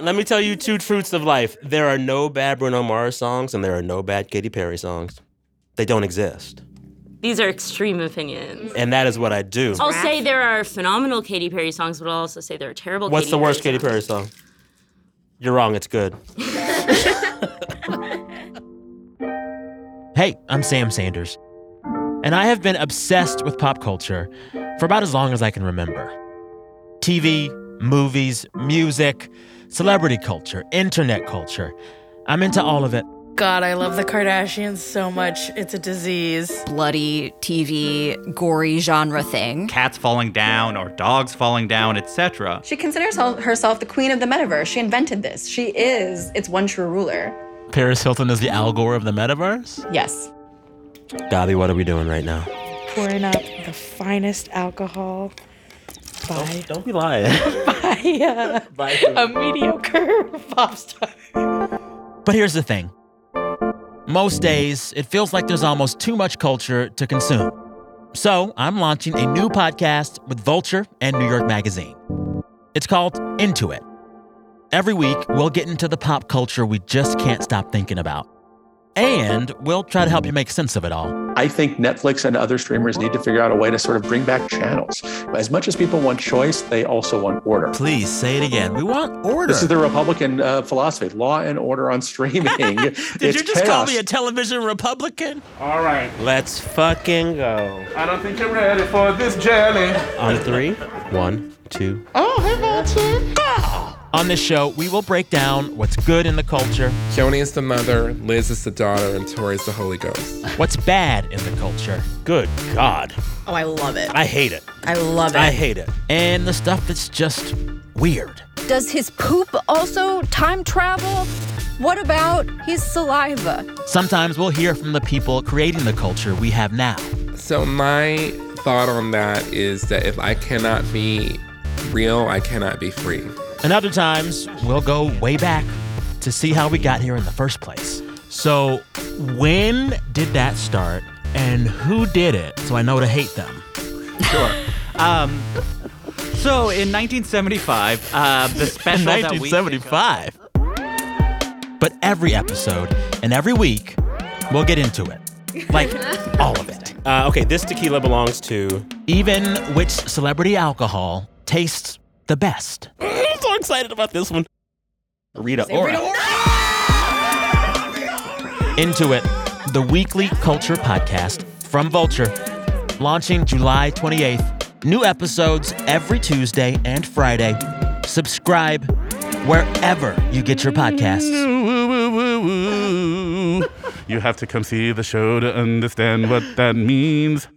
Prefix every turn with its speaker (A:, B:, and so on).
A: Let me tell you two truths of life. There are no bad Bruno Mars songs, and there are no bad Katy Perry songs. They don't exist.
B: These are extreme opinions.
A: And that is what I do.
B: I'll say there are phenomenal Katy Perry songs, but I'll also say there are terrible.
A: What's
B: Katy
A: the worst
B: Perry
A: Katy Perry song? You're wrong. It's good.
C: Hey, I'm Sam Sanders. And I have been obsessed with pop culture for about as long as I can remember. TV, movies, music, celebrity culture, internet culture. I'm into all of it.
D: God, I love the Kardashians so much. It's a disease.
E: Bloody TV, gory genre thing.
F: Cats falling down or dogs falling down, etc.
G: She considers her- herself the queen of the metaverse. She invented this. She is its one true ruler.
C: Paris Hilton is the Al Gore of the metaverse?
G: Yes.
A: Dobby, what are we doing right now?
D: Pouring up the finest alcohol by,
A: Don't be lying.
D: by uh, a mediocre pop star.
C: But here's the thing most days, it feels like there's almost too much culture to consume. So I'm launching a new podcast with Vulture and New York Magazine. It's called Into It. Every week, we'll get into the pop culture we just can't stop thinking about. And we'll try to help you make sense of it all.
H: I think Netflix and other streamers need to figure out a way to sort of bring back channels. As much as people want choice, they also want order.
C: Please say it again. We want order.
H: This is the Republican uh, philosophy law and order on streaming.
C: Did
H: It's
C: you just call
H: chaos.
C: me a television Republican?
I: All right.
A: Let's fucking go.
I: I don't think you're ready for this jelly.
A: On three, one, two.
C: On this show, we will break down what's good in the culture,
J: Joni is the mother, Liz is the daughter, and Tori is the Holy Ghost.
C: what's bad in the culture,
A: Good God.
D: Oh, I love it.
A: I hate it.
D: I love
A: I hate it.
C: and the stuff that's just weird.
E: Does his poop also time travel? What about his saliva?
C: Sometimes we'll hear from the people creating the culture we have now.
J: So, my thought on that is that if I cannot be real, I cannot be free.
C: And other times, we'll go way back to see how we got here in the first place. So, when did that start and who did it so I know to hate them?
F: So in 1975, uh, the special that we pick up-
C: But every episode and every week, we'll get into it. Like all of it.
A: Uh, okay, this tequila belongs to.
C: Even which celebrity alcohol tastes the best.
A: I'm so excited about this one. Rita Ora.
C: Into It, the weekly culture podcast from Vulture, launching July 28th. New episodes every Tuesday and Friday. Subscribe wherever you get your podcasts.
I: You have to come see the show to understand what that means.